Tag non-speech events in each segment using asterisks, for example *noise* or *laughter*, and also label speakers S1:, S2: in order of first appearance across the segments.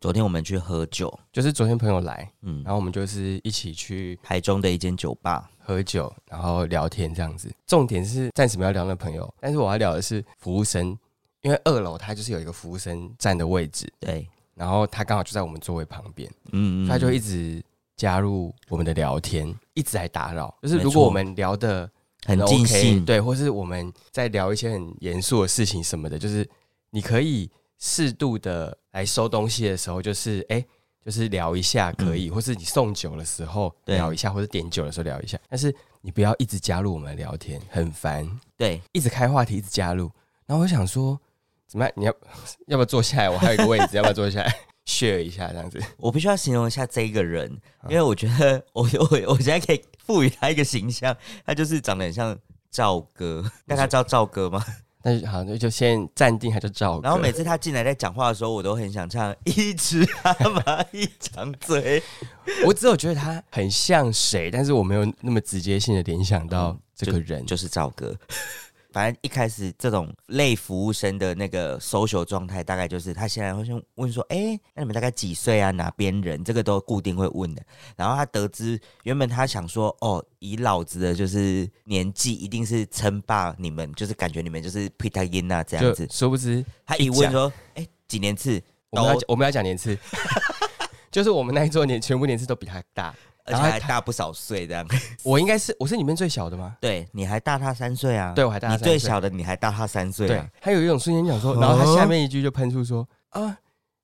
S1: 昨天我们去喝酒，
S2: 就是昨天朋友来，
S1: 嗯
S2: 然，后我们就是一起去
S1: 台中的一间酒吧，
S2: 喝酒，然后聊天这样子。重点是暂时没有聊那朋友，但是我要聊的是服务生，因为二楼他就是有一个服务生站的位置，
S1: 对，
S2: 然后他刚好就在我们座位旁边，
S1: 嗯
S2: 他就一
S1: 直
S2: 直加入我们的聊天，一直在打扰。就是
S1: 没
S2: 如果我
S1: 错
S2: 们聊的
S1: 嗯很尽兴，
S2: 对，或是我们在聊一些很严肃的事情什么的，就是你可以适度的来收东西的时候，就是哎、就是聊一下可以，或是你送酒的时候
S1: 嗯对
S2: 聊一下，或者点酒的时候聊一下，但是你不要一直加入我们的聊天，很烦，
S1: 对，
S2: 一直开话题，一直加入。然后我想说，怎么样？你要 *laughs* 要不要坐下来？我还有一个位置，要不要坐下来 *laughs* share 一下这样子？
S1: 我必须要形容一下这一个人，因
S2: 啊
S1: 为我觉得 *laughs* 我我我现在可以赋予他一个形象，他就是长得很像赵哥，大家知道赵哥吗？
S2: 但是好，那就先暂定，还就照。
S1: 然后每次他进来在讲话的时候，我都很想唱一只蛤蟆一张嘴，
S2: *laughs* 我只有觉得他很像谁，但是我没有那么直接性的联想到这个人。
S1: 嗯就是赵哥。反正一开始这种类服务生的那个 social 状态，大概就是他现在会先问说：“哎、那你们大概几岁啊？哪边人？”这个都固定会问的。然后他得知，原本他想说：“哦，以老子的就是年纪，一定是称霸你们，就是感觉你们就是 p e t e r i n 啊这样子
S2: 就。殊不知”
S1: 他一问说：“哎、几年次？”
S2: 我们要
S1: 都
S2: 讲我们要讲年次， *laughs* 就是我们那一桌年全部年次都比他大。
S1: 而且
S2: 然后
S1: 还
S2: 他
S1: 大不少岁这样。
S2: 我应该是我是里面最小的吗？
S1: 对，你还大他三岁啊？
S2: 对，我还大他
S1: 你
S2: 三
S1: 最
S2: 岁
S1: 小的，你还大他三岁
S2: 对
S1: 啊？，
S2: 他有一种瞬间想说，
S1: 哦
S2: 然后他下面一句就喷出说啊，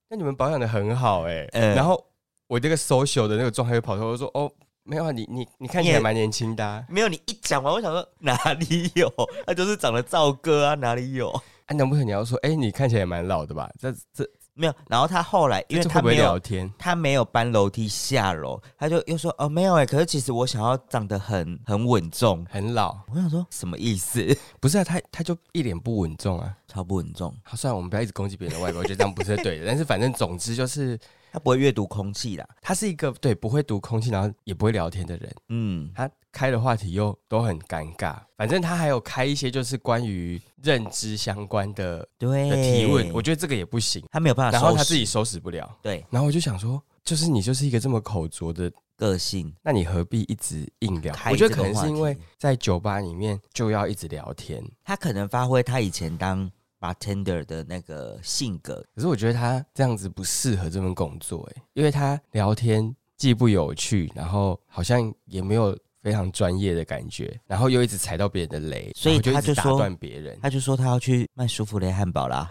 S2: 那你们保养的很好哎、
S1: 嗯
S2: 然后我这个 social 的那个状态就跑出来，我就说哦，没有啊，你你你看起
S1: 你
S2: 来
S1: 也
S2: 蛮年轻的啊，
S1: 没有，你一讲完，我想说哪里有？ *laughs* 他就是长得赵哥啊，哪里有？
S2: 啊难不成你要说哎、你看起来也蛮老的吧？这这
S1: 没有。然后他后来，因为
S2: 这
S1: 他
S2: 会不会
S1: 没有
S2: 聊，天？
S1: 他没有搬楼梯下楼，他就又说哦没有哎、可是其实我想要长得很很稳重。
S2: 很老，
S1: 我想说什么意思？ *laughs*
S2: 不是啊，他他就一脸不稳重啊。
S1: 超不稳重，
S2: 好，算了，我们不要一直攻击别人的外表，
S1: *laughs*
S2: 我觉得这样不是对的。但是反正总之就是，
S1: 他不会阅读空气啦。
S2: 他是一个对不会读空气，然后也不会聊天的人。
S1: 嗯，
S2: 他开的话题又都很尴尬，反正他还有开一些就是关于认知相关的
S1: 对。
S2: 的提问，我觉得这个也不行。
S1: 哎他没有办法
S2: 然
S1: 收拾，
S2: 后他自己收拾不了，
S1: 对
S2: 然后我就想说，就是你就是一个这么口拙的，
S1: 个性。
S2: 那你何必一直硬聊？
S1: 开
S2: 我觉
S1: 这
S2: 得
S1: 个
S2: 可能
S1: 话
S2: 是因为
S1: 题
S2: 在酒吧里面就要一直聊天，
S1: 他可能发挥他以前当 bartender 的那个性格，
S2: 可是我觉得他这样子不适合这份工作，哎，因为他聊天既不有趣，然后好像也没有非常专业的感觉，然后又一直踩到别人的雷，
S1: 所以
S2: 然后
S1: 他
S2: 就
S1: 就
S2: 一直打
S1: 说
S2: 断别人，
S1: 他就说他要去卖舒芙蕾汉堡啦。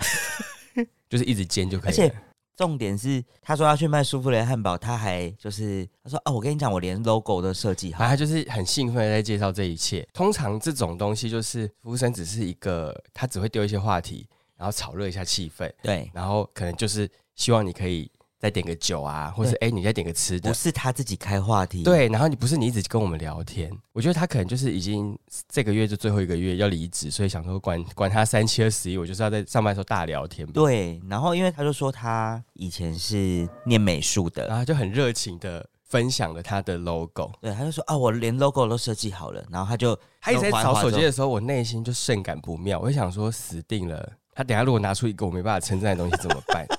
S2: 就是一直尖就可以了。
S1: 而且重点是，他说要去卖舒芙蕾汉堡，他还就是他说哦，我跟你讲，我连 logo 都设计好
S2: 反正。他就是很兴奋的在介绍这一切。通常这种东西就是服务生只是一个，他只会丢一些话题，然后炒热一下气氛，
S1: 对，
S2: 然后可能就是希望你可以再点个酒啊，或是哎、你再点个吃的
S1: 不，是他自己开话题。，
S2: 对，然后你不是你一直跟我们聊天，我觉得他可能就是已经这个月就最后一个月要离职，所以想说管管他三七二十一，我就是要在上班的时候大聊天吧。
S1: 对，然后因为他就说他以前是念美术的，
S2: 然后他就很热情的分享了他的 logo。
S1: 对，他就说哦，我连 logo 都设计好了，然后他就
S2: 他一直在
S1: 滑
S2: 找
S1: 滑
S2: 手机
S1: 走
S2: 的时候，我内心就甚感不妙，我就想说死定了。他等一下如果拿出一个我没办法称赞的东西怎么办？ *laughs*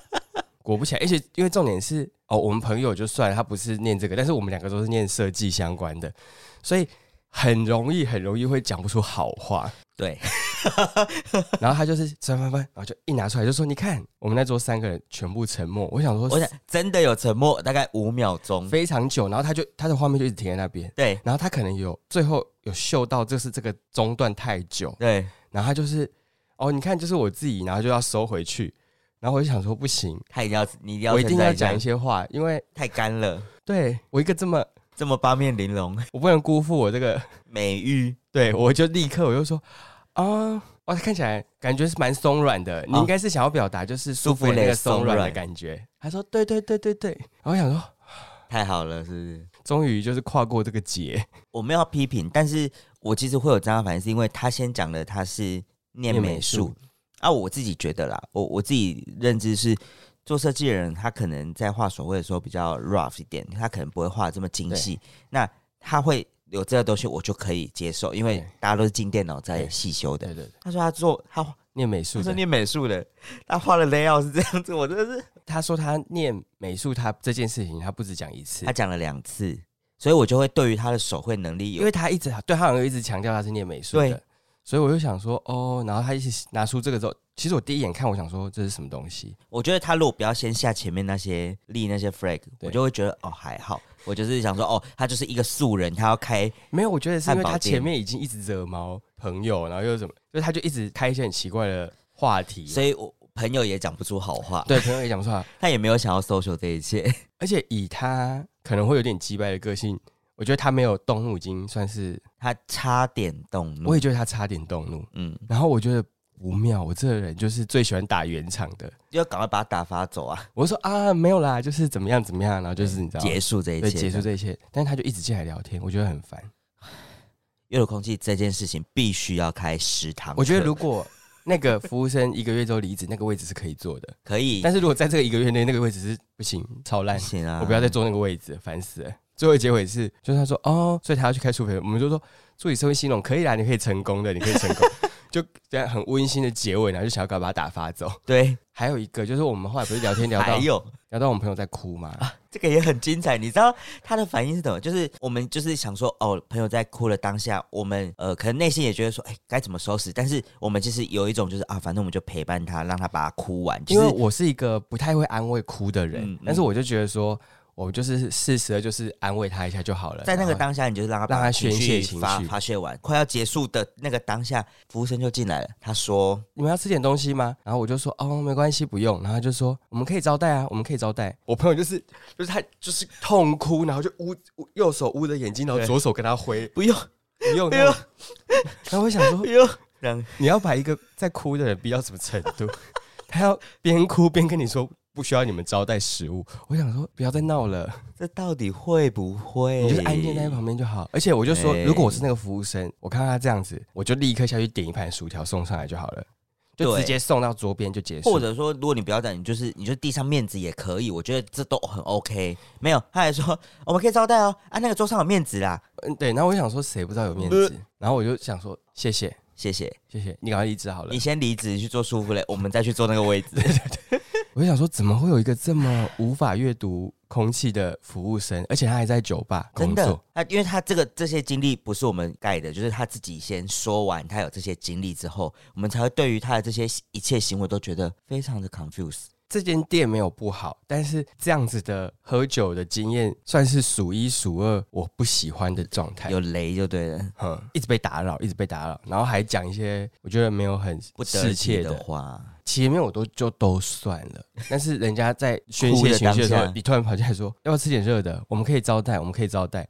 S2: 果不其然，而且因为重点是哦，我们朋友就算了，他不是念这个，但是我们两个都是念设计相关的，所以很容易很容易会讲不出好话。
S1: 对，
S2: *laughs* 然后他就是翻翻翻，然后就一拿出来就说：“你看，我们那桌三个人全部沉默。”我想说，
S1: 我想真的有沉默大概五秒钟。
S2: 非常久。然后他就他的画面就一直停在那边，
S1: 对
S2: 然后他可能有最后有嗅到，就是这个中断太久，
S1: 对，
S2: 然后他就是哦，你看，就是我自己，然后就要收回去。然后我就想说，不行，
S1: 他一定要你一定要
S2: 我一定
S1: 称
S2: 要
S1: 赞
S2: 讲一
S1: 下，
S2: 些话，因为
S1: 太干了，
S2: 对我一个这么，
S1: 这么八面玲珑，
S2: 我不能辜负我这个， *laughs*
S1: 美玉。
S2: 对我就立刻我就说啊。哇，他看起来感觉是蛮松软的。你应该是想要表达就是舒服
S1: 舒服
S2: 的那
S1: 嘞
S2: 个松软
S1: 松
S2: 的
S1: 软
S2: 感觉。他说：“对对对对对。”然后我想说，
S1: 太好了，是不是？
S2: 终于就是跨过这个结。
S1: 我没有要批评，但是我其实会有这样的反应，是因为他先讲的他是念美术，啊，我自己觉得啦，我我自己认知是做设计的人，他可能在画手绘的时候比较 rough 一点，他可能不会画得这么精细，那他会有这个东西，我就可以接受，因为
S2: 对
S1: 大家都是进电脑在
S2: 对
S1: 细修的。
S2: 对对对，
S1: 他说他做他
S2: 念美
S1: 他
S2: 术的
S1: 说，念美术的，他画的 layout 是这样子，我真的是
S2: 他说他念美术，他这件事情他不止讲一次
S1: 他，讲了两次，所以我就会对于他的手绘能力
S2: 因
S1: 有
S2: 为他一直对他好像一直强调他是念美术的
S1: 对，
S2: 所以我就想说哦，然后他一起拿出这个之后，其实我第一眼看我想说这是什么东西，
S1: 我觉得他如果不要先下前面那些立那些 flag，
S2: 对
S1: 我就会觉得哦还好。我就是想说哦，他就是一个素人，他要开
S2: 没有，我觉得是因
S1: 汉
S2: 为
S1: 堡
S2: 他
S1: 店
S2: 前面已经一直惹毛朋友，然后又怎么，就是他就一直开一些很奇怪的话题，
S1: 所以我朋友也讲不出好话，
S2: 对朋友也讲不出来，
S1: 他也没有想要 social 这一切。 *laughs*
S2: 而且以他可能会有点击败的个性，我觉得他没有动怒已经算是，
S1: 他差点动
S2: 我
S1: 怒
S2: 也，觉得他差点动怒。
S1: 嗯，
S2: 然后我觉得不妙，我这个人就是最喜欢打圆场的。
S1: 就要赶快把他打发走啊，
S2: 我就说啊，没有啦，就是怎么样怎么样，然后就是你知道，
S1: 结束这一
S2: 对
S1: 切，
S2: 结束这一切，但是他就一直进来聊天，我觉得很烦。
S1: 阅读空气这件事情必须要开食堂课。
S2: 我觉得如果那个服务生一个月之后离职，那个位置是可以坐的，
S1: 可以，
S2: 但是如果在这个一个月内，那个位置是不行，超烂
S1: 不，行啊，
S2: 我不要再坐那个位置，烦死了。最后结尾是，就是他说哦，所以他要去开书培，我们就说祝你社会新农可以啦，你可以成功的，你可以成功， *laughs* 就这样很温馨的结尾，然后就想要赶快把他打发走。
S1: 对，
S2: 还有一个就是我们后来不是聊天聊
S1: 还
S2: 到
S1: 有
S2: 聊到我们朋友在哭嘛，
S1: 这个也很精彩，你知道他的反应是什么？就是我们就是想说，哦，朋友在哭了当下，我们呃可能内心也觉得说，哎，该怎么收拾？但是我们其实有一种就是啊，反正我们就陪伴他，让他把他哭完，
S2: 因
S1: 就
S2: 为
S1: 是
S2: 我是一个不太会安慰哭的人，
S1: 嗯嗯
S2: 但是我就觉得说，我就是适时的，就是安慰他一下就好了。
S1: 在那个
S2: 然后
S1: 当下，你就是让他把
S2: 让他宣泄
S1: 情绪
S2: 情
S1: 发
S2: 绪
S1: 发泄完，快要结束的那个当下，服务生就进来了，他说，
S2: 你们要吃点东西吗？然后我就说哦，没关系，不用。然后他就说我们可以招待啊，我们可以招待。我朋友就是就是他就是痛哭，然后就捂捂右手捂着眼睛，然后
S1: 对
S2: 左手跟他挥，
S1: 不用
S2: 不用。
S1: 哎呦
S2: *laughs* 然后然后我想说
S1: 不，用，让
S2: 你要把一个在哭的人逼到什么程度？他要边哭边跟你说不需要你们招待食物。我想说不要再闹了。
S1: 这到底会不会？
S2: 你就是安静
S1: 哎
S2: 在旁边就好。而且我就说，
S1: 对
S2: 如果我是那个服务生，我看到他这样子，我就立刻下去点一盘薯条送上来就好了，就
S1: 对
S2: 直接送到桌边就结束。
S1: 或者说，如果你不要讲，你就是你就递上面子也可以，我觉得这都很 OK。没有，他还说我们可以招待哦，啊，那个桌上有面子啦，
S2: 嗯，对。然后我就想说，谁不知道有面子？
S1: 呃
S2: 然后我就想说，谢谢，
S1: 谢谢。
S2: 谢谢，你赶快离职好了
S1: 你。先离职去做舒服嘞，我们再去坐那个位
S2: *laughs*
S1: 置。
S2: 我就想说，怎么会有一个这么无法阅读空气的服务生？而且他还在酒吧
S1: 真
S2: 工
S1: 的
S2: 作。，
S1: 他因为他这个这些经历不是我们盖的，就是他自己先说完他有这些经历之后，我们才会对于他的这些一切行为都觉得非常的 confuse。
S2: 这间店没有不好，但是这样子的喝酒的经验算是数一数二我不喜欢的状态。
S1: 有雷就对了，
S2: 嗯，一直被打扰，一直被打扰，然后还讲一些我觉得没有很
S1: 不得
S2: 世
S1: 体
S2: 切
S1: 的
S2: 的，
S1: 话，
S2: 前面我都就都算
S1: *laughs*
S2: 了，但是人家在宣
S1: 哭
S2: 泄
S1: 的
S2: 情绪的时
S1: 当
S2: 候
S1: 下，
S2: 你突然跑进来说要不要吃点热的，我们可以招待，我们可以招待。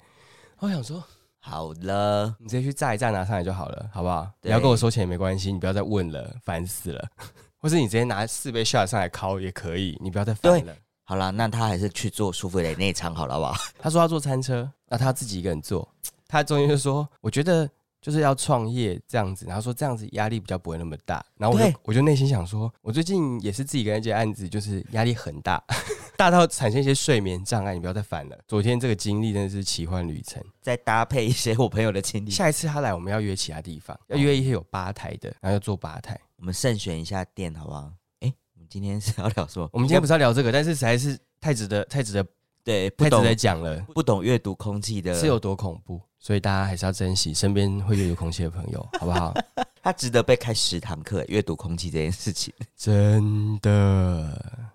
S2: 我想说，
S1: 好了，
S2: 你直接去炸一炸拿上来就好了，好不好？
S1: 对
S2: 你要跟我收钱也没关系，你不要再问了，烦死了。或是你直接拿四杯 shot 上来烤也可以，你不要再烦了。
S1: 好了，那他还是去做舒服蕾那一场好了，好不好？ *laughs*
S2: 他说他坐餐车，那他自己一个人坐。他中间就说：“我觉得就是要创业这样子。”然后说这样子压力比较不会那么大。然后我
S1: 对
S2: 就我就内心想说，我最近也是自己一个人接案子，就是压力很大， *laughs* 大到产生一些睡眠障碍。你不要再烦了。昨天这个经历真的是奇幻旅程。
S1: 再搭配一些我朋友的经历，
S2: 下一次他来，我们要约其他地
S1: 哦
S2: 方，要约一些有吧台的，然后要做吧台。
S1: 我们慎选一下店好不好？哎、我们今天是要聊什么？
S2: *laughs* 我们今天不是要聊这个，但是实在是太值得太值得
S1: 对不
S2: 太值
S1: 懂呃
S2: 得讲了，
S1: 不懂阅读空气的，
S2: 是有多恐怖。所以大家还是要珍惜身边会阅读空气的朋友，好不好？
S1: 它值得被开十堂课阅读空气这件事
S2: *laughs*
S1: 情。
S2: 真的。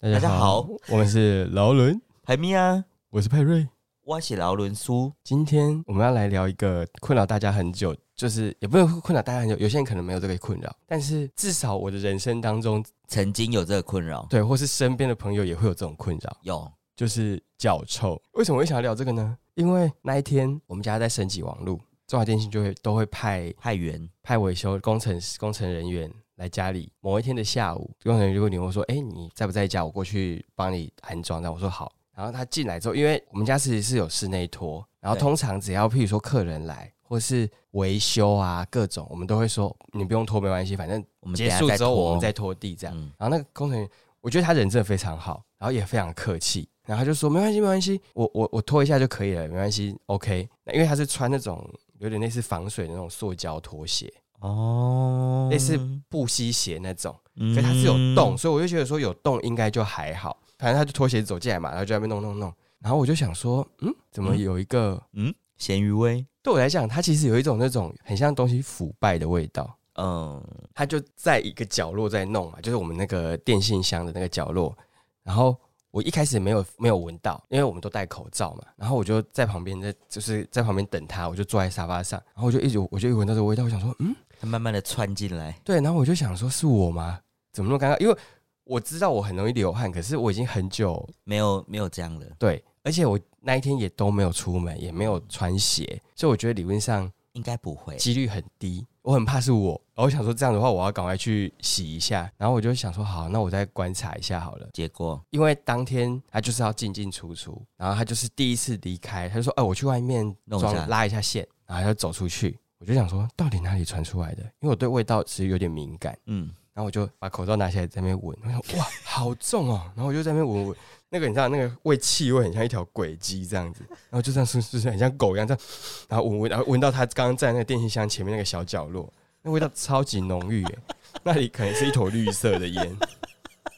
S2: 大
S1: 家好，
S2: 我们是劳伦，
S1: 海咪啊，
S2: 我是派瑞。
S1: 我写劳伦苏，
S2: 今天我们要来聊一个困扰大家很久，就是也不能困扰大家很久，有些人可能没有这个困扰，但是至少我的人生当中，
S1: 曾经有这个困扰，
S2: 对，或是身边的朋友也会有这种困扰，
S1: 有
S2: 就是脚臭。为什么会想要聊这个呢？因为那一天我们家在升级网路，中华电信就会都会派
S1: 太原
S2: 派维修工程师工程人员来家里。某一天的下午，工程人员就问你，我说：“哎、你在不在家？我过去帮你安装。”那我说好。然后他进来之后，因为我们家其实是有室内拖，然后
S1: 对
S2: 通常只要譬如说客人来或是维修啊各种，我们都会说你不用拖没关系，反正
S1: 我们
S2: 结
S1: 等下
S2: 束
S1: 再
S2: 之后
S1: 拖
S2: 我们再拖地这样。
S1: 嗯，
S2: 然后那个工程员，我觉得他人真的非常好，然后也非常客气，然后他就说没关系，没关系，我我我拖一下就可以了，没关系，OK。那因为他是穿那种有点类似防水的那种塑胶拖鞋，
S1: 哦，
S2: 类似不吸鞋那种，
S1: 嗯，
S2: 可是它是有洞，所以我就觉得说有洞应该就还好。反正他就拖鞋走进来嘛，然后就在那边弄弄弄，然后我就想说，嗯，怎么
S1: 嗯
S2: 有一个、
S1: 嗯，咸鱼味，
S2: 对我来讲，它其实有一种那种很像东西腐败的味道。
S1: 嗯，
S2: 他就在一个角落在弄嘛，就是我们那个电信箱的那个角落。然后我一开始没有没有闻到，因为我们都戴口罩嘛。然后我就在旁边在就是在旁边等他，我就坐在沙发上，然后我就一直我就一闻到这个味道，我想说嗯
S1: 它慢慢的窜进来，
S2: 对，然后我就想说是我吗？怎么那么尴尬？因为我知道我很容易流汗，可是我已经很久
S1: 没有没有这样了，
S2: 对，而且我那一天也都没有出门，也没有穿鞋，所以我觉得理论上
S1: 应该不会，
S2: 几率很低。我很怕是我，然后我想说这样的话，我要赶快去洗一下。然后我就想说，好，那我再观察一下好了。
S1: 结果
S2: 因为当天他就是要进进出出，然后他就是第一次离开，他就说：“哎、我去外面
S1: 弄一
S2: 装
S1: 下
S2: 拉一下线。”然后他就走出去。我就想说，到底哪里传出来的？因为我对味道其实有点敏感。
S1: 嗯，
S2: 然后我就把口罩拿起来在那边闻，我想哇，好重哦！ *laughs* 然后我就在那边闻闻，那个你知道那个味气味很像一条轨迹这样子，然后就这样是是是很像狗一样这样，然后闻闻，然后闻到它刚刚在那个电信箱前面那个小角落，那味道超级浓郁耶， *laughs* 那里可能是一坨绿色的烟。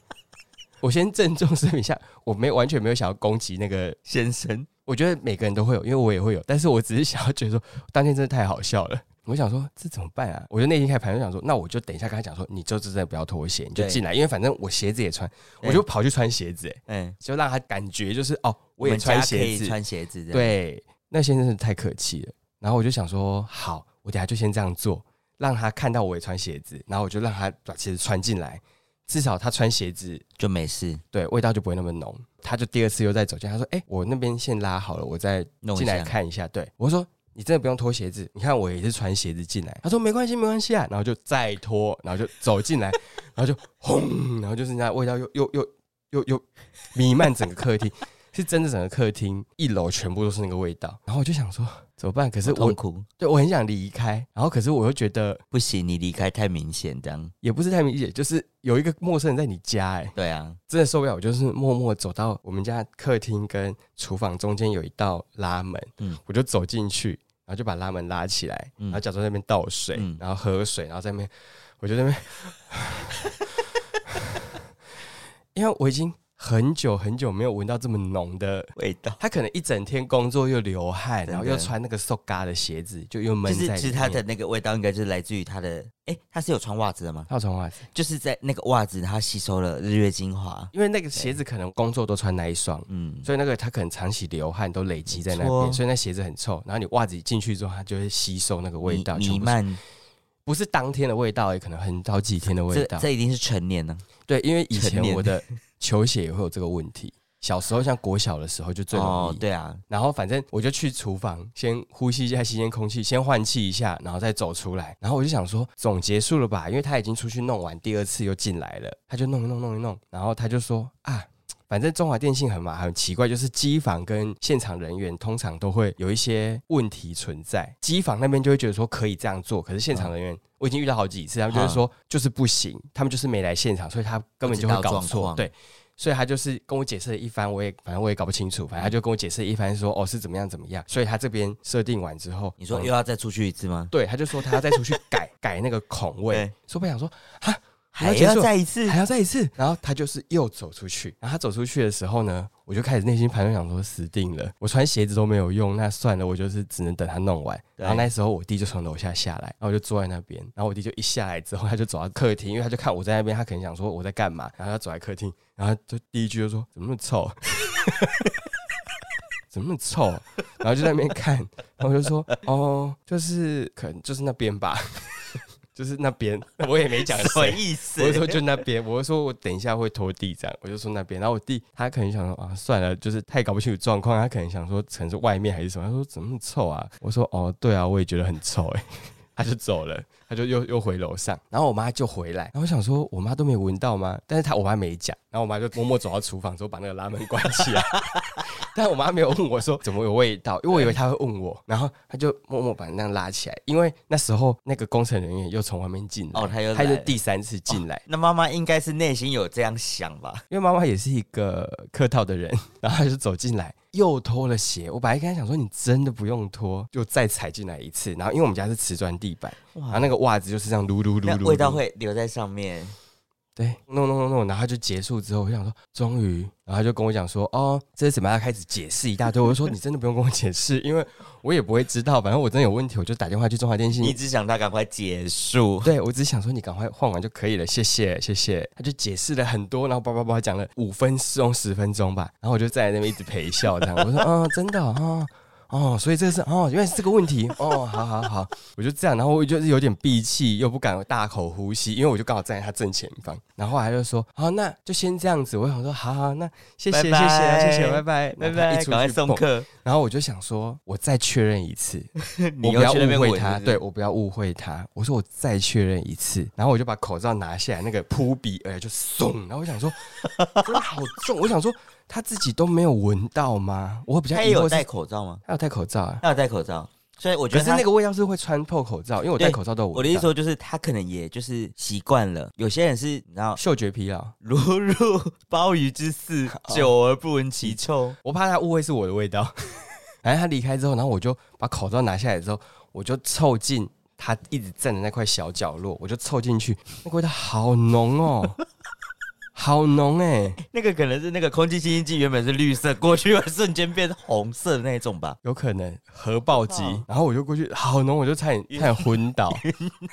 S2: *laughs* 我先郑重声明一下，我没完全没有想要攻击那个，
S1: 先生，
S2: 我觉得每个人都会有，因为我也会有，但是我只是想要觉得说，当天真的太好笑了。我想说这怎么办啊？我就内心开始盘算，想说那我就等一下跟他讲说，你就真的不要脱鞋，你就
S1: 对
S2: 进来，因为反正我鞋子也穿，
S1: 对
S2: 我就跑去穿鞋子、欸，
S1: 嗯，
S2: 就让他感觉就是哦，我
S1: 们
S2: 也穿
S1: 家可
S2: 鞋
S1: 以
S2: 子，
S1: 穿鞋子啊这样，
S2: 对，那先生是太客气了。然后我就想说，好，我等下就先这样做，让他看到我也穿鞋子，然后我就让他把鞋子穿进来，至少他穿鞋子，
S1: 就没事，
S2: 对味道就不会那么浓。他就第二次又再走进来，他说：“哎、我那边先拉好了，我再
S1: 弄一
S2: 进来
S1: 下，
S2: 看一下。对我说：“你真的不用脱鞋子，你看我也是穿鞋子进来。”他说：“没关系，没关系啊。”然后就再脱，然后就走进来， *laughs* 然后就轰，然后就是那味道又又又又又弥漫整个客厅，是真的整个客厅一楼全部都是那个味道。然后我就想说怎么办？可是
S1: 好痛
S2: 我
S1: 苦，
S2: 对我很想离开，然后可是我又觉得
S1: 不行，你离开太明显，这样，
S2: 也不是太明显，就是有一个陌生人在你家、哎，
S1: 对啊，
S2: 真的受不了，我就是默默走到我们家客厅跟厨房中间有一道拉门，
S1: 嗯
S2: 我就走进去，然后就把拉门拉起来，
S1: 嗯
S2: 然后假装在那边倒水，
S1: 嗯
S2: 然后喝水，然后在那边，我就在那边， *laughs* 因为我已经很久很久没有闻到这么浓的。
S1: 味道。
S2: 他可能一整天工作又流汗，
S1: 真的
S2: 然后又穿那个瘦嘎的鞋子，就又闷
S1: 就
S2: 在里
S1: 是
S2: 面。
S1: 其实它的那个味道应该就是来自于它的，哎、它是有穿袜子的吗？
S2: 套床袜子，
S1: 就是在那个袜子它吸收了日月精华，
S2: 因为那个鞋子可能工作都穿那一双，
S1: 嗯，
S2: 所以那个它可能长期流汗都累积在那
S1: 没错
S2: 边，所以那鞋子很臭。然后你袜子一进去之后，它就会吸收那个味道，
S1: 弥
S2: 全
S1: 弥
S2: 部
S1: 漫，
S2: 不是当天的味道，也可能很好几天的味
S1: 这
S2: 道。
S1: 这一定是成年了、
S2: 对，因为以
S1: 成
S2: 前
S1: 年
S2: 我的球鞋也会有这个问题，小时候像国小的时候就最容易。
S1: 哦，对啊，
S2: 然后反正我就去厨房先呼吸一下新鲜空气，先换气一下，然后再走出来。然后我就想说，总结束了吧？因为他已经出去弄完，第二次又进来了，他就弄一弄弄一弄，然后他就说啊。 *laughs* 反正中华电信很麻很奇怪，就是机房跟现场人员通常都会有一些问题存在。机房那边就会觉得说可以这样做，可是现场人员、我已经遇到好几次，他们就会说就是不行，他们就是没来现场，所以他根本就会
S1: 不知道
S2: 搞
S1: 状
S2: 错。
S1: 况
S2: 对，所以他就是跟我解释了一番，我也反正我也搞不清楚，反正他就跟我解释了一番说哦是怎么样怎么样，所以他这边设定完之后，
S1: 你说
S2: 嗯
S1: 又要再出去一次吗？
S2: 对，他就说他要再出去改改那个孔
S1: *laughs*
S2: 位
S1: 对，
S2: 说不想说
S1: 还
S2: 结
S1: 要
S2: 束
S1: 再一次
S2: 还？要再一次，然后他就是又走出去，然后他走出去的时候呢，我就开始内心盘算想说死定了，我穿鞋子都没有用，那算了，我就是只能等他弄完。
S1: 对
S2: 然后那时候我弟就从楼下下来，然后我就坐在那边，然后我弟就一下来之后，他就走到客厅，因为他就看我在那边，他可能想说我在干嘛，然后他走在客厅，然后他就第一句就说怎么那么臭。 *laughs* 怎么那么臭？然后就在那边看，然后我就说：“哦，就是可能就是那边吧， *laughs* 就是那边。”我也没讲
S1: 什么
S2: 谁，
S1: 意思？
S2: 我就说就那边，我就说我等一下会拖地这样，我就说那边，然后我弟他可能想说啊算了，就是太搞不清楚状况，他可能想说可欸 *laughs* 能是外面还是什么，他说怎么那么臭啊？我说哦对啊，我也觉得很臭哎、他就走了，他就又又回楼上，然后我妈就回来，然后我想说我妈都没闻到吗？但是她我妈没讲，然后我妈就默默走到厨房之后把那个拉门关起来， *laughs* 但我妈没有问我说怎么有味道，因为我以为她会问我，然后她就默默把那样拉起来，因为那时候那个工程人员又从外面进来，
S1: 哦他又
S2: 他
S1: 来
S2: 是
S1: 了
S2: 第三次进来，
S1: 那妈妈应该是内心有这样想吧？
S2: 因为妈妈也是一个客套的人， *laughs* 然后她就走进来，又脱了鞋。我本来跟她讲说，你真的不用脱，就再踩进来一次。然后因为我们家是瓷砖地板，然后
S1: 哇，
S2: 那个袜子就是这样撸撸撸
S1: 那
S2: 撸，
S1: 味道
S2: 撸
S1: 会留在上面。
S2: 对，弄弄弄弄，然后她就结束之后，我想说终于，然后她就跟我讲说，哦，这是怎么样？她开始解释一大堆。我就说你真的不用跟我解释，因为我也不会知道，反正我真的有问题，我就打电话去中华电信
S1: 你只想他赶快结束，
S2: 对，我只想说你赶快换完就可以了，谢谢谢谢。他就解释了很多，然后叭叭叭讲了五分钟十分钟吧，然后我就在那边一直陪笑这样。我说啊、真的啊、哦。哦所以这个是哦，原来是这个问题哦，好好好，我就这样，然后我就是有点闭气，又不敢大口呼吸，因为我就刚好站在他正前方，然后后来他就说，好、那就先这样子。我想说，好好，那谢谢
S1: 拜拜
S2: 谢谢谢谢，拜拜
S1: 拜
S2: 然后他
S1: 拜，
S2: 一出
S1: 赶快
S2: 去
S1: 送
S2: 蹦 *laughs*
S1: 客。
S2: 然后我就想说，我再确认一次，
S1: 你
S2: 我不
S1: 又
S2: 要
S1: 去那边
S2: 误会
S1: 闻
S2: 他，
S1: 是不
S2: 对
S1: 是，
S2: 我不要误会他。我说我再确认一次，然后我就把口罩拿下来，那个扑鼻而来就松。然后我想说，真的好重。我想说他自己都没有闻到吗？我比较
S1: 他也
S2: 疑惑
S1: 有
S2: 是
S1: 戴，口罩吗？
S2: 他有戴口罩啊。
S1: 他有戴口罩，所以我觉
S2: 可
S1: 得
S2: 是
S1: 他
S2: 那个味道是会穿破口罩，因为我戴
S1: 对
S2: 口罩都有闻到。
S1: 我的意思说就是他可能也就是习惯了，有些人是你知道
S2: 嗅觉疲劳，
S1: 如入鲍鱼之
S2: *laughs*
S1: 肆，
S2: 哦
S1: 久而不闻其臭。
S2: 我怕他误会是我的味道。 *laughs* 然后他离开之后，然后我就把口罩拿下来之后，我就凑近他一直站的那块小角落，我就凑进去，那个味道好浓哦，好浓哎、
S1: 那个可能是那个空气清新剂原本是绿色，过去会瞬间变红色的那种吧。
S2: 有可能核爆机
S1: 哦，
S2: 然后我就过去，好浓，我就差点差点昏 *laughs* 倒，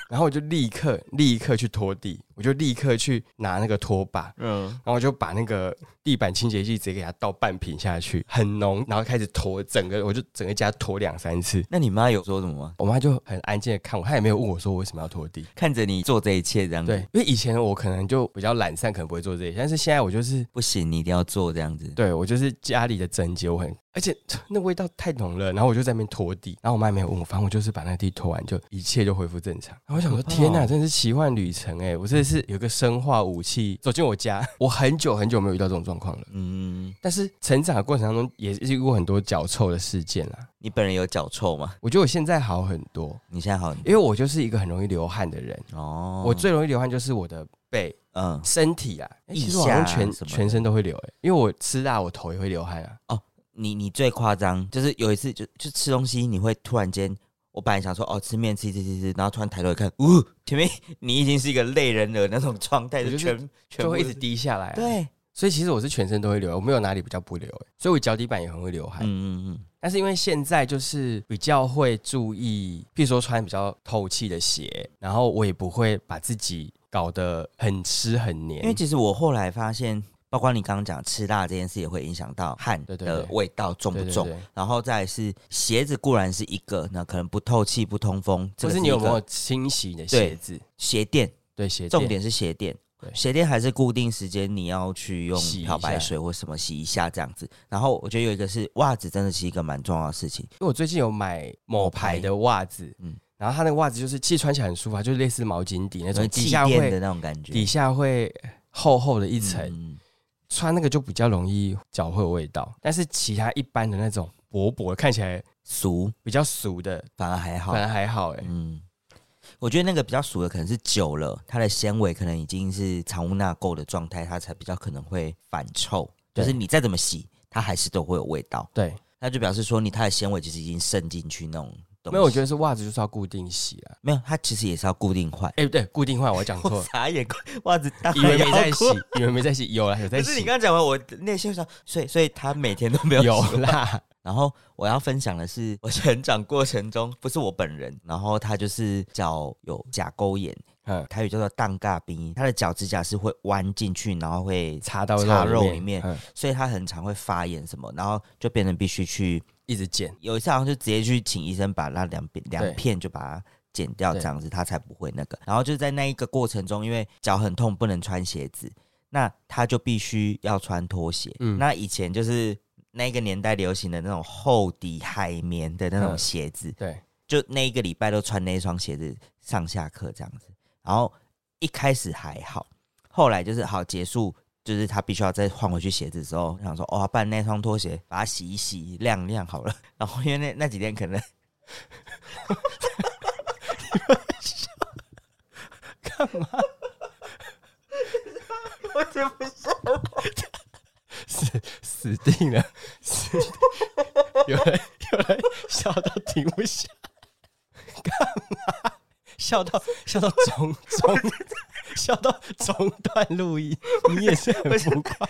S2: 然后我就立刻立刻去拖地，我就立刻去拿那个拖把，
S1: 嗯，
S2: 然后我就把那个地板清洁剂直接给它倒半瓶下去，很浓，然后开始拖整个，我就整个家拖两三次。
S1: 那你妈有说什么吗？
S2: 我妈就很安静的看我，她也没有问我说我为什么要拖地。
S1: 看着你做这一切这样子，
S2: 对，因为以前我可能就比较懒散，可能不会做这些，但是现在我就是
S1: 不行，你一定要做这样子。
S2: 对我就是家里的整洁，我很，而且那味道太浓了，然后我就在那边拖地，然后我妈也没有问我，反正我就是把那地拖完，就一切就恢复正常。然后我想说，
S1: 可怕哦
S2: 天哪，真的是奇幻旅程哎！我真的是有个生化武器走进我家，我很久很久没有遇到这种状况了。
S1: 嗯，
S2: 但是成长的过程当中，也是遇过很多脚臭的事件啦。
S1: 你本人有脚臭吗？
S2: 我觉得我现在好很多，
S1: 你现在好很
S2: 因为我就是一个很容易流汗的人，
S1: 哦，
S2: 我最容易流汗就是我的背、
S1: 嗯
S2: 身体啊，欸
S1: 腋
S2: 其实我好像
S1: 下啊
S2: 全
S1: 什么的
S2: 全身都会流哎，因为我吃辣，我头也会流汗啊。
S1: 你你最夸张，就是有一次就就吃东西，你会突然间，我本来想说哦吃面吃吃吃吃，然后突然抬头一看，呜、前面你已经是一个累人的那种状态，
S2: 我
S1: 就
S2: 就是
S1: 全全
S2: 就
S1: 部
S2: 会一
S1: 都
S2: 直
S1: 是
S2: 滴下来、啊，
S1: 对，
S2: 所以其实我是全身都会流，我没有哪里比较不流、欸，所以我脚底板也很会流汗。
S1: 嗯嗯嗯，
S2: 但是因为现在就是比较会注意，譬如说穿比较透气的鞋，然后我也不会把自己搞得很湿很黏，
S1: 因为其实我后来发现，包括你刚刚讲吃辣这件事，也会影响到汗
S2: 对对
S1: 的
S2: 对
S1: 味道重不
S2: 对
S1: 重，
S2: 对对
S1: 然后再来是鞋子固然是一个，那可能不透气不通风，这
S2: 或
S1: 个
S2: 是
S1: 是
S2: 你有
S1: 一
S2: 没
S1: 个
S2: 有清洗你的鞋子？
S1: 鞋垫？
S2: 对鞋
S1: 重点是鞋垫
S2: 对。
S1: 鞋垫还是固定时间，你要去用
S2: 洗一
S1: 漂白
S2: 下
S1: 水或什么洗一下这样子。然后我觉得有一个是袜子，真的是一个蛮重要的事情。
S2: 因为我最近有买某牌的袜子，
S1: 嗯
S2: 嗯，然后它那个袜子就是其实穿起来很舒服啊，就是类似毛巾底那
S1: 所以
S2: 种，
S1: 气
S2: 底下
S1: 垫的
S2: 会
S1: 那种感觉，
S2: 底下会厚厚的一层，
S1: 嗯
S2: 穿那个就比较容易脚会有味道，但是其他一般的那种薄薄的看起来
S1: 俗
S2: 比较俗的，
S1: 反而还好
S2: 反。而还好哎、
S1: 嗯，我觉得那个比较熟的可能是久了，它的纤维可能已经是藏污纳垢的状态，它才比较可能会反臭。就
S2: 对
S1: 是你再怎么洗，它还是都会有味道。
S2: 对，
S1: 那就表示说你它的纤维其实已经渗进去那种东西。
S2: 没有，我觉得是袜子就是要固定洗啊。
S1: 没有，它其实也是要固定换。
S2: 哎、对，固定换我讲错
S1: 我 *laughs*
S2: 了，
S1: 傻眼，袜子当
S2: 以为
S1: 然
S2: 没在
S1: 要
S2: 洗
S1: 过。，
S2: 以为没在洗，有啦，有在
S1: 可是你
S2: 洗，
S1: 刚刚讲完，我内心想，所以所以他每天都没有洗
S2: 有
S1: 过
S2: 啦。 *laughs*
S1: 然后我要分享的是，我成长过程中不是我本人，然后他就是脚有甲沟炎，
S2: 嗯，
S1: 台语叫做当尬冰，他的脚指甲是会弯进去，然后会，
S2: 插到
S1: 插
S2: 肉
S1: 肉里面
S2: 嗯，
S1: 所以他很常会发炎什么，然后就变成必须去，
S2: 一直剪。
S1: 有一次好像就直接去请医生把那两边两片就把它。剪掉这
S2: 对
S1: 样子，他才不会那个。然后就在那一个过程中，因为脚很痛，不能穿鞋子，那他就必须要穿拖鞋。
S2: 嗯
S1: 那以前就是那个年代流行的那种厚底海绵的那种
S2: 嗯
S1: 鞋子，
S2: 对，
S1: 就那一个礼拜都穿那一双鞋子，上下课这样子。然后一开始还好，后来就是好结束，就是他必须要再换回去鞋子之后，想说哦，不然那双拖鞋把它洗一洗晾一晾好了。然后因为那那几天可能 *laughs*
S2: 干嘛？
S1: 我接不下，
S2: 死死定了， *laughs* 死定有人有人笑到停不下，干嘛？笑到笑到中中，笑到中断录音，你也是很浮夸，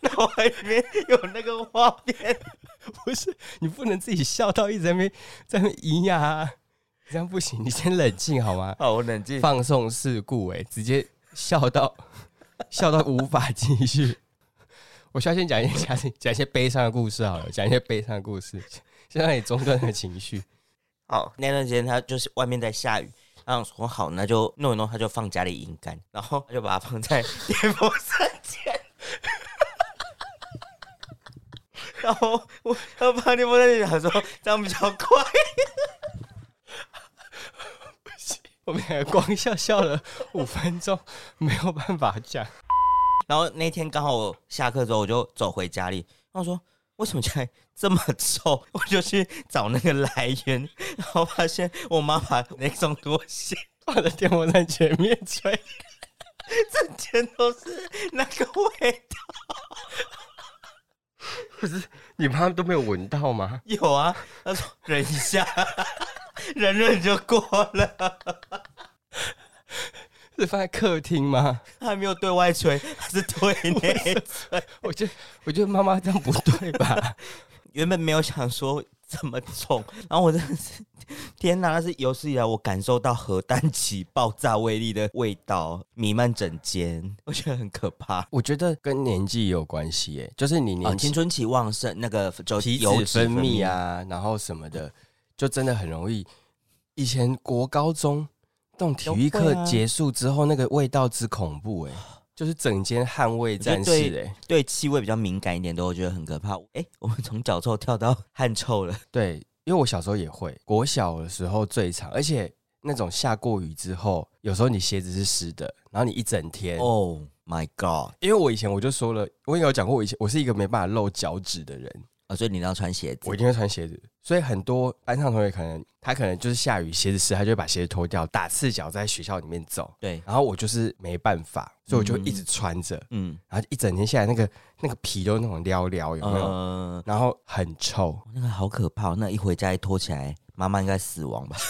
S1: 脑海里面有那个画面，
S2: 不是？你不能自己笑到一直在那边在那边咿呀、啊，这样不行，你先冷静好吗？
S1: 好，我冷静。
S2: 放送事故、哎，直接笑到 *laughs* 笑到无法继续。我需要先讲一些讲一讲一些悲伤的故事好了，讲一些悲伤的故事，先让你中断的情绪。
S1: 好，那段时间他就是外面在下雨，他想说好，那就弄一弄，他就放家里阴干，然后他就把它放在电风扇前， *laughs* 然后我他放电风扇前，他说这样比较快。
S2: 我们两个光笑笑了五分钟，没有办法讲。
S1: 然后那天刚好我下课之后，我就走回家里，然后我说为什么家里这么臭？我就去找那个来源，然后发现我妈把那双拖鞋
S2: 放在电风扇前面吹，
S1: 整间都是那个味道。
S2: 你妈都没有闻到吗？
S1: 有啊，他说忍一下， *laughs* 忍忍就过了。
S2: 是放在客厅吗？
S1: 他还没有对外吹，他是对内吹。
S2: 我觉得，我觉得妈妈这样不对吧？
S1: 原本没有想说这么重，然后我真的是，天哪！那是有史以来我感受到核弹起爆炸威力的味道弥漫整间，我觉得很可怕。
S2: 我觉得跟年纪也有关系耶，就是你
S1: 啊，
S2: 年
S1: 哦青
S2: 轻、
S1: 春期旺盛，那个就
S2: 皮
S1: 油
S2: 脂
S1: 脂
S2: 分泌，啊，然后什么的，就真的很容易。以前国高中那种体育
S1: 都会
S2: 课
S1: 啊
S2: 结束之后，那个味道之恐怖哎，就是整间捍卫战士
S1: 我觉得
S2: 哎，
S1: 对气味比较敏感一点的，我觉得很可怕。哎、我们从脚臭跳到汗臭了，
S2: 对，因为我小时候也会，国小的时候最长，而且那种下过雨之后，有时候你鞋子是湿的，然后你一整
S1: *laughs*
S2: 天。
S1: Oh my god！
S2: 因为我以前我就说了，我也有讲过，我以前我是一个没办法露脚趾的人，
S1: 啊，所以你一定要穿鞋子
S2: 我一。定会穿鞋子，所以很多班上同学可能他可能就是下雨鞋子湿，他就会把鞋子脱掉，打赤脚在学校里面走。
S1: 对，
S2: 然后我就是没办法，所以我就一直穿着，
S1: 嗯，
S2: 然后一整天下来，那个那个皮都那种撩撩，有没有？
S1: 呃，
S2: 然后很臭，
S1: 那个好可怕哦、那一回家一脱起来，妈妈应该死亡吧？ *laughs*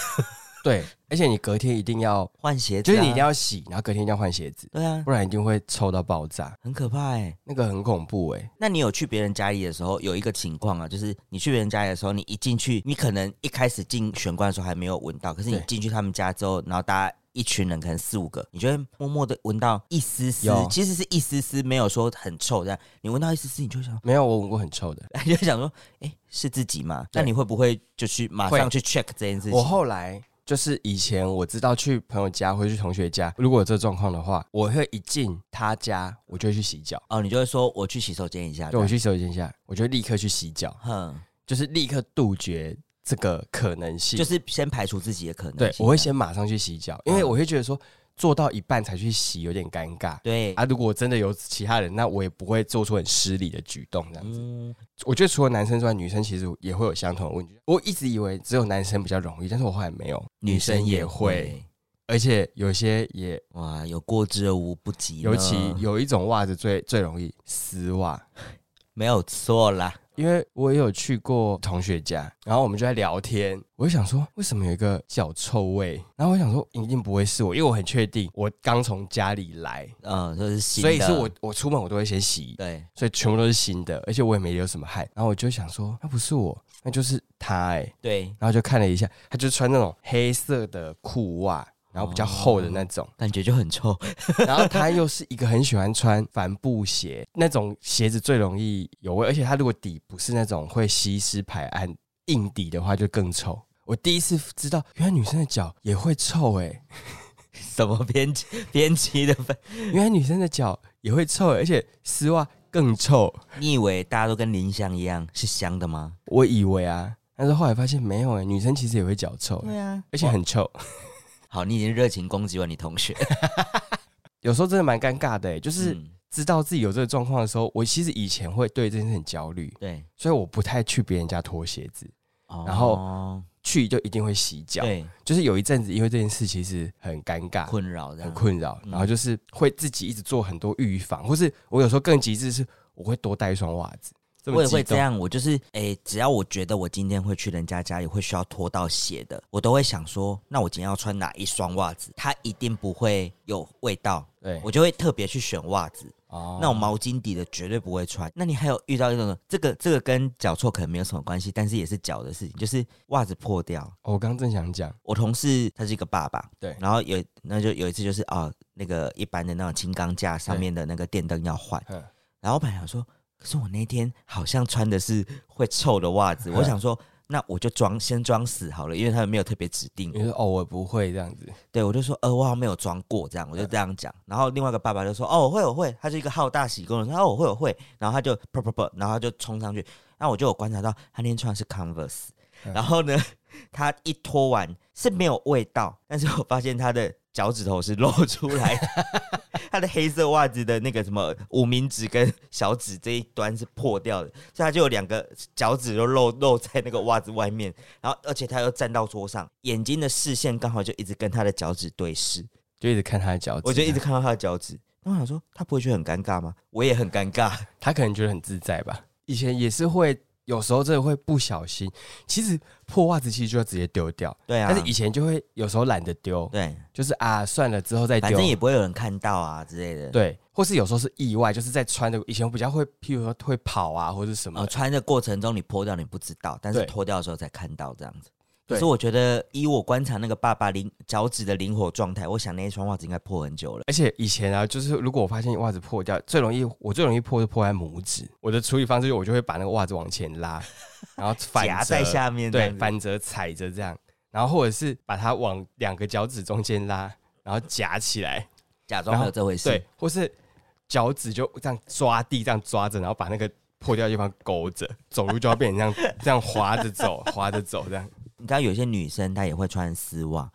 S2: 对，而且你隔天一定要，
S1: 换鞋子、啊，
S2: 就是你一定要洗，然后隔天一定要换鞋子，
S1: 对啊，
S2: 不然一定会臭到爆炸，
S1: 很可怕哎、
S2: 那个很恐怖哎、
S1: 那你有去别人家里的时候，有一个情况啊，就是你去别人家里的时候，你一进去，你可能一开始进玄关的时候还没有闻到，可是你
S2: 对
S1: 进去他们家之后，然后大家。一群人可能四五个，你就会默默的闻到一丝丝
S2: 有，
S1: 其实是一丝丝，没有说很臭这样。你闻到一丝丝，你就会想， *laughs*
S2: 没有，我闻过很臭的。
S1: 你就会想说，哎、是自己吗？
S2: 对
S1: 那你会不会就去马
S2: 会
S1: 上去 check 这件事情？
S2: 我后来就是以前我知道去朋友家或者去同学家，如果有这状况的话，我会一进他家，我就会去洗脚。
S1: 哦，你就会说我去洗手间一下。
S2: 对，我
S1: 这样，
S2: 去洗手间一下，我就立刻去洗脚，
S1: 哼，
S2: 就是立刻杜绝这个可能性。
S1: 就是啊先排除自己的可能性
S2: 对，我会先马上去洗脚，因为
S1: 嗯
S2: 我会觉得说做到一半才去洗有点尴尬。
S1: 对，
S2: 啊，如果真的有其他人，那我也不会做出很失礼的举动，这样子。
S1: 嗯，
S2: 我觉得除了男生之外，女生其实也会有相同的问题。我一直以为只有男生比较容易，但是我后来没有，
S1: 女生也会。
S2: 而且有些也
S1: 哇，有过之而无不及呢，
S2: 尤其有一种袜子最最容易丝袜，
S1: 没有错啦。
S2: 因为我也有去过同学家，然后我们就在聊天，我就想说为什么有一个脚臭味，然后我想说一定不会是我，因为我很确定我刚从家里来，
S1: 嗯，这是新的，
S2: 所以是我我出门我都会先洗，
S1: 对，
S2: 所以全部都是新的，而且我也没流什么汗，然后我就想说那不是我，那就是他哎、
S1: 对，
S2: 然后就看了一下，他就穿那种黑色的裤袜。然后比较厚的那种，
S1: 感觉就很臭。
S2: 然后他又是一个很喜欢穿帆布鞋，那种鞋子最容易有味，而且他如果底不是那种会吸湿排汗硬底的话，就更臭。我第一次知道，原来女生的脚也会臭哎、
S1: *laughs* 什么编辑编辑的分？
S2: 原来女生的脚也会臭欸、而且丝袜更臭。
S1: 你以为大家都跟林香一样是香的吗？
S2: 我以为啊，但是后来发现没有哎、女生其实也会脚臭欸、
S1: 啊，
S2: 而且很臭。
S1: 好，你已经热情攻击完你同学，
S2: 有时候真的蛮尴尬的、欸，就是
S1: 嗯
S2: 知道自己有这个状况的时候，我其实以前会对这件事很焦虑，
S1: 对，
S2: 所以我不太去别人家脱鞋子，然
S1: 后
S2: 去就一定会洗脚。
S1: 哦对
S2: 就是有一阵子因为这件事其实很尴尬，
S1: 困扰这
S2: 很
S1: 样，
S2: 困扰，
S1: 嗯
S2: 然后就是会自己一直做很多预防，或是我有时候更极致是我会多带一双袜子。这么
S1: 我也
S2: 激
S1: 会这
S2: 动，
S1: 样，我就是诶、只要我觉得我今天会去人家家里会需要脱到鞋的，我都会想说，那我今天要穿哪一双袜子，它一定不会有味道，
S2: 对，
S1: 我就会特别去选袜子。
S2: 哦
S1: 那种毛巾底的绝对不会穿。那你还有遇到一种，这个这个跟脚臭可能没有什么关系，但是也是脚的事情，就是袜子破掉。
S2: 哦我刚正想讲，
S1: 我同事他是一个爸爸，
S2: 对
S1: 然后有那就有一次就是哦，那个一般的那种轻钢架上面的那个电灯要换，
S2: 嗯，
S1: 然后我本来想说，可是我那天好像穿的是会臭的袜子，
S2: 嗯
S1: 我想说。那我就装先装死好了，因为他们没有特别指定
S2: 你说哦，我不会这样子，
S1: 对我就说，呃，我好像没有装过，这样我就这样讲。然后另外一个爸爸就说，哦，我会，我会。他是一个好大喜功的人，他说哦，我会，我会。然后他就噗噗噗，然后他就冲上去。那我就有观察到，他那天穿的是 Converse，*laughs*
S2: 嗯
S1: 然后呢，他一脱完是没有味道，但是我发现他的脚趾头是露出来的， *laughs* 他的黑色袜子的那个什么无名指跟小指这一端是破掉的，所以他就有两个脚趾都露露在那个袜子外面。然后而且他又站到桌上，眼睛的视线刚好就一直跟他的脚趾对视，
S2: 就一直看他的脚趾，啊
S1: 我就一直看到他的脚趾。那我想说，他不会觉得很尴尬吗？我也很尴尬。
S2: 他可能觉得很自在吧。以前也是会，有时候真的会不小心，其实破袜子其实就要直接丢掉，
S1: 对啊，
S2: 但是以前就会有时候懒得丢，
S1: 对，
S2: 就是啊算了之后再
S1: 反正
S2: 丢，
S1: 也不会有人看到啊之类的。
S2: 对，或是有时候是意外，就是在穿的以前我比较会，譬如说会跑啊或者什么
S1: 呃，，穿的过程中你脱掉你不知道，但是
S2: 对
S1: 脱掉的时候才看到这样子。
S2: 对
S1: 可是我觉得，以我观察那个爸爸灵脚趾的灵活状态，我想那一双袜子应该破很久了。
S2: 而且以前啊，就是如果我发现袜子破掉，最容易我最容易破是破在拇指。我的处理方式，我就会把那个袜子往前
S1: *laughs*
S2: 拉，然后反
S1: 夹
S2: 折
S1: 在，下面，
S2: 对，，反折踩着这样，然后或者是把它往两个脚趾中间拉，然后夹起来，
S1: 假装没有这回事。
S2: 对，或是脚趾就这样抓地，这样抓着，然后把那个破掉的地方勾着，走路就要变成这样这样滑着走，滑着走这样。
S1: 你知道有些女生她也会穿丝袜，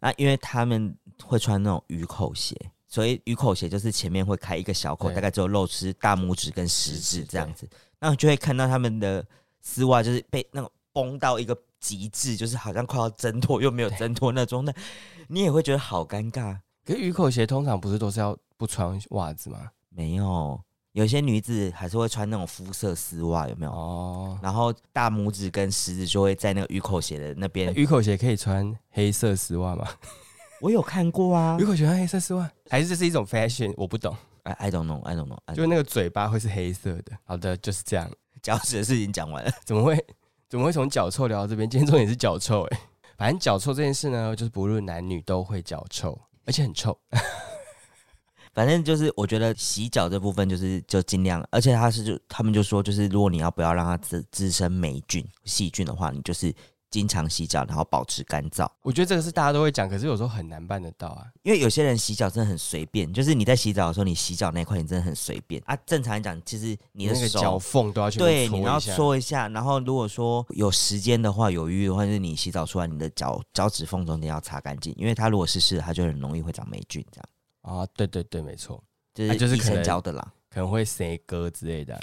S1: 那因为她们会穿那种鱼口鞋，所以鱼口鞋就是前面会开一个小口，
S2: 对
S1: 大概只有露出大拇指跟食指这样
S2: 对
S1: 子，那你就会看到她们的丝袜就是被那种绷到一个极致，就是好像快要挣脱又没有挣脱那种的，你也会觉得好尴尬。
S2: 可是鱼口鞋通常不是都是要不穿袜子吗？
S1: 没有，有些女子还是会穿那种肤色丝袜，有没有？
S2: 哦，
S1: 然后大拇指跟食指就会在那个鱼口鞋的那边，
S2: 鱼口鞋可以穿黑色丝袜吗？
S1: 我有看过啊
S2: 鱼。口鞋穿黑色丝袜，还是这是一种 fashion？我不懂，
S1: I I don't know, I don't know. I don't know.
S2: 就是那个嘴巴会是黑色的。好的，就是这样。 *laughs*
S1: 脚趾的事情讲完了， *laughs*
S2: 怎么会怎么会从脚臭聊到这边？今天重点是脚臭哎、反正脚臭这件事呢，就是不论男女都会脚臭，而且很臭。
S1: 反正就是我觉得洗脚这部分就是就尽量，而且他是就他们就说就是如果你要不要让它滋滋生霉菌细菌的话，你就是经常洗脚，然后保持干燥。
S2: 我觉得这个是大家都会讲，可是有时候很难办得到啊。
S1: 因为有些人洗脚真的很随便，就是你在洗澡的时候，你洗脚那一块你真的很随便啊。正常来讲，其实你的
S2: 那个
S1: 手
S2: 脚缝都要去
S1: 对，
S2: 搓
S1: 你要
S2: 一下
S1: 搓一下。然后如果说有时间的话，有余裕的话，就是你洗澡出来，你的脚脚趾缝中间要擦干净，因为它如果湿湿的，它就很容易会长霉菌，这样
S2: 啊，对对对，没错，啊
S1: 就
S2: 就是是
S1: 医
S2: 可
S1: 生
S2: 能
S1: 教的啦。
S2: 可能会塞歌之类的啊、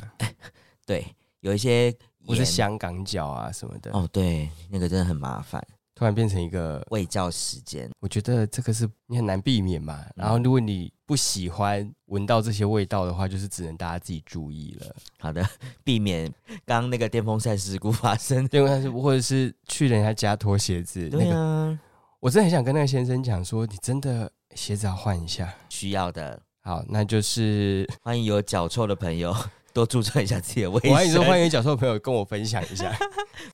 S1: 对，有一些
S2: 或是
S1: 盐
S2: 香港脚啊什么的，
S1: 哦，对，那个真的很麻烦，
S2: 突然变成一个
S1: 喂教时间。
S2: 我觉得这个是你很难避免嘛。
S1: 嗯
S2: 然后，如果你不喜欢闻到这些味道的话，就是只能大家自己注意了。
S1: 好的，避免刚刚那个电风扇事故发
S2: *laughs*
S1: 生。
S2: 另外是，或者是去人家家脱鞋子，那
S1: 对
S2: 个
S1: 啊，
S2: 我真的很想跟那个先生讲说，你真的鞋子要换一下。
S1: 需要的。
S2: 好，那
S1: *laughs*
S2: 就是
S1: 欢迎有脚臭的朋友多注重一下自己的卫
S2: 我还你说
S1: 生。哦
S2: 欢迎脚臭的朋友跟我分享
S1: *laughs*
S2: 一下，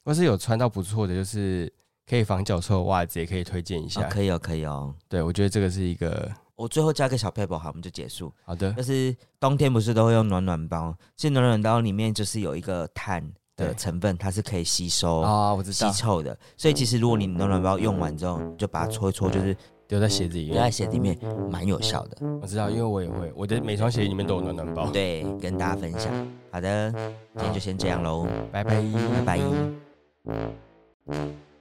S2: 或是有穿到不错的，就是可以防脚臭的袜子，也可以推荐一下。
S1: 哦，可以哦，可以哦。
S2: 对，我觉得这个是一个
S1: 我最后加个小 paper，好，我们就结束。
S2: 好的
S1: 就，是冬天不是都会用暖暖包？其实暖暖包里面就是有一个碳的
S2: 对
S1: 成分，它是可以吸收、
S2: 啊、我知
S1: 吸
S2: 道，
S1: 臭的。所以其实如果你暖暖包用完之后，你就把它搓一搓，就是
S2: 丢在鞋子里
S1: 留在
S2: 面，
S1: 鞋里面，蛮有效的。
S2: 我知道，因为我也会，我的每双鞋里面都有暖暖包。
S1: 对，跟大家分享。好的，今天就先这样喽，
S2: 拜拜。
S1: 拜拜。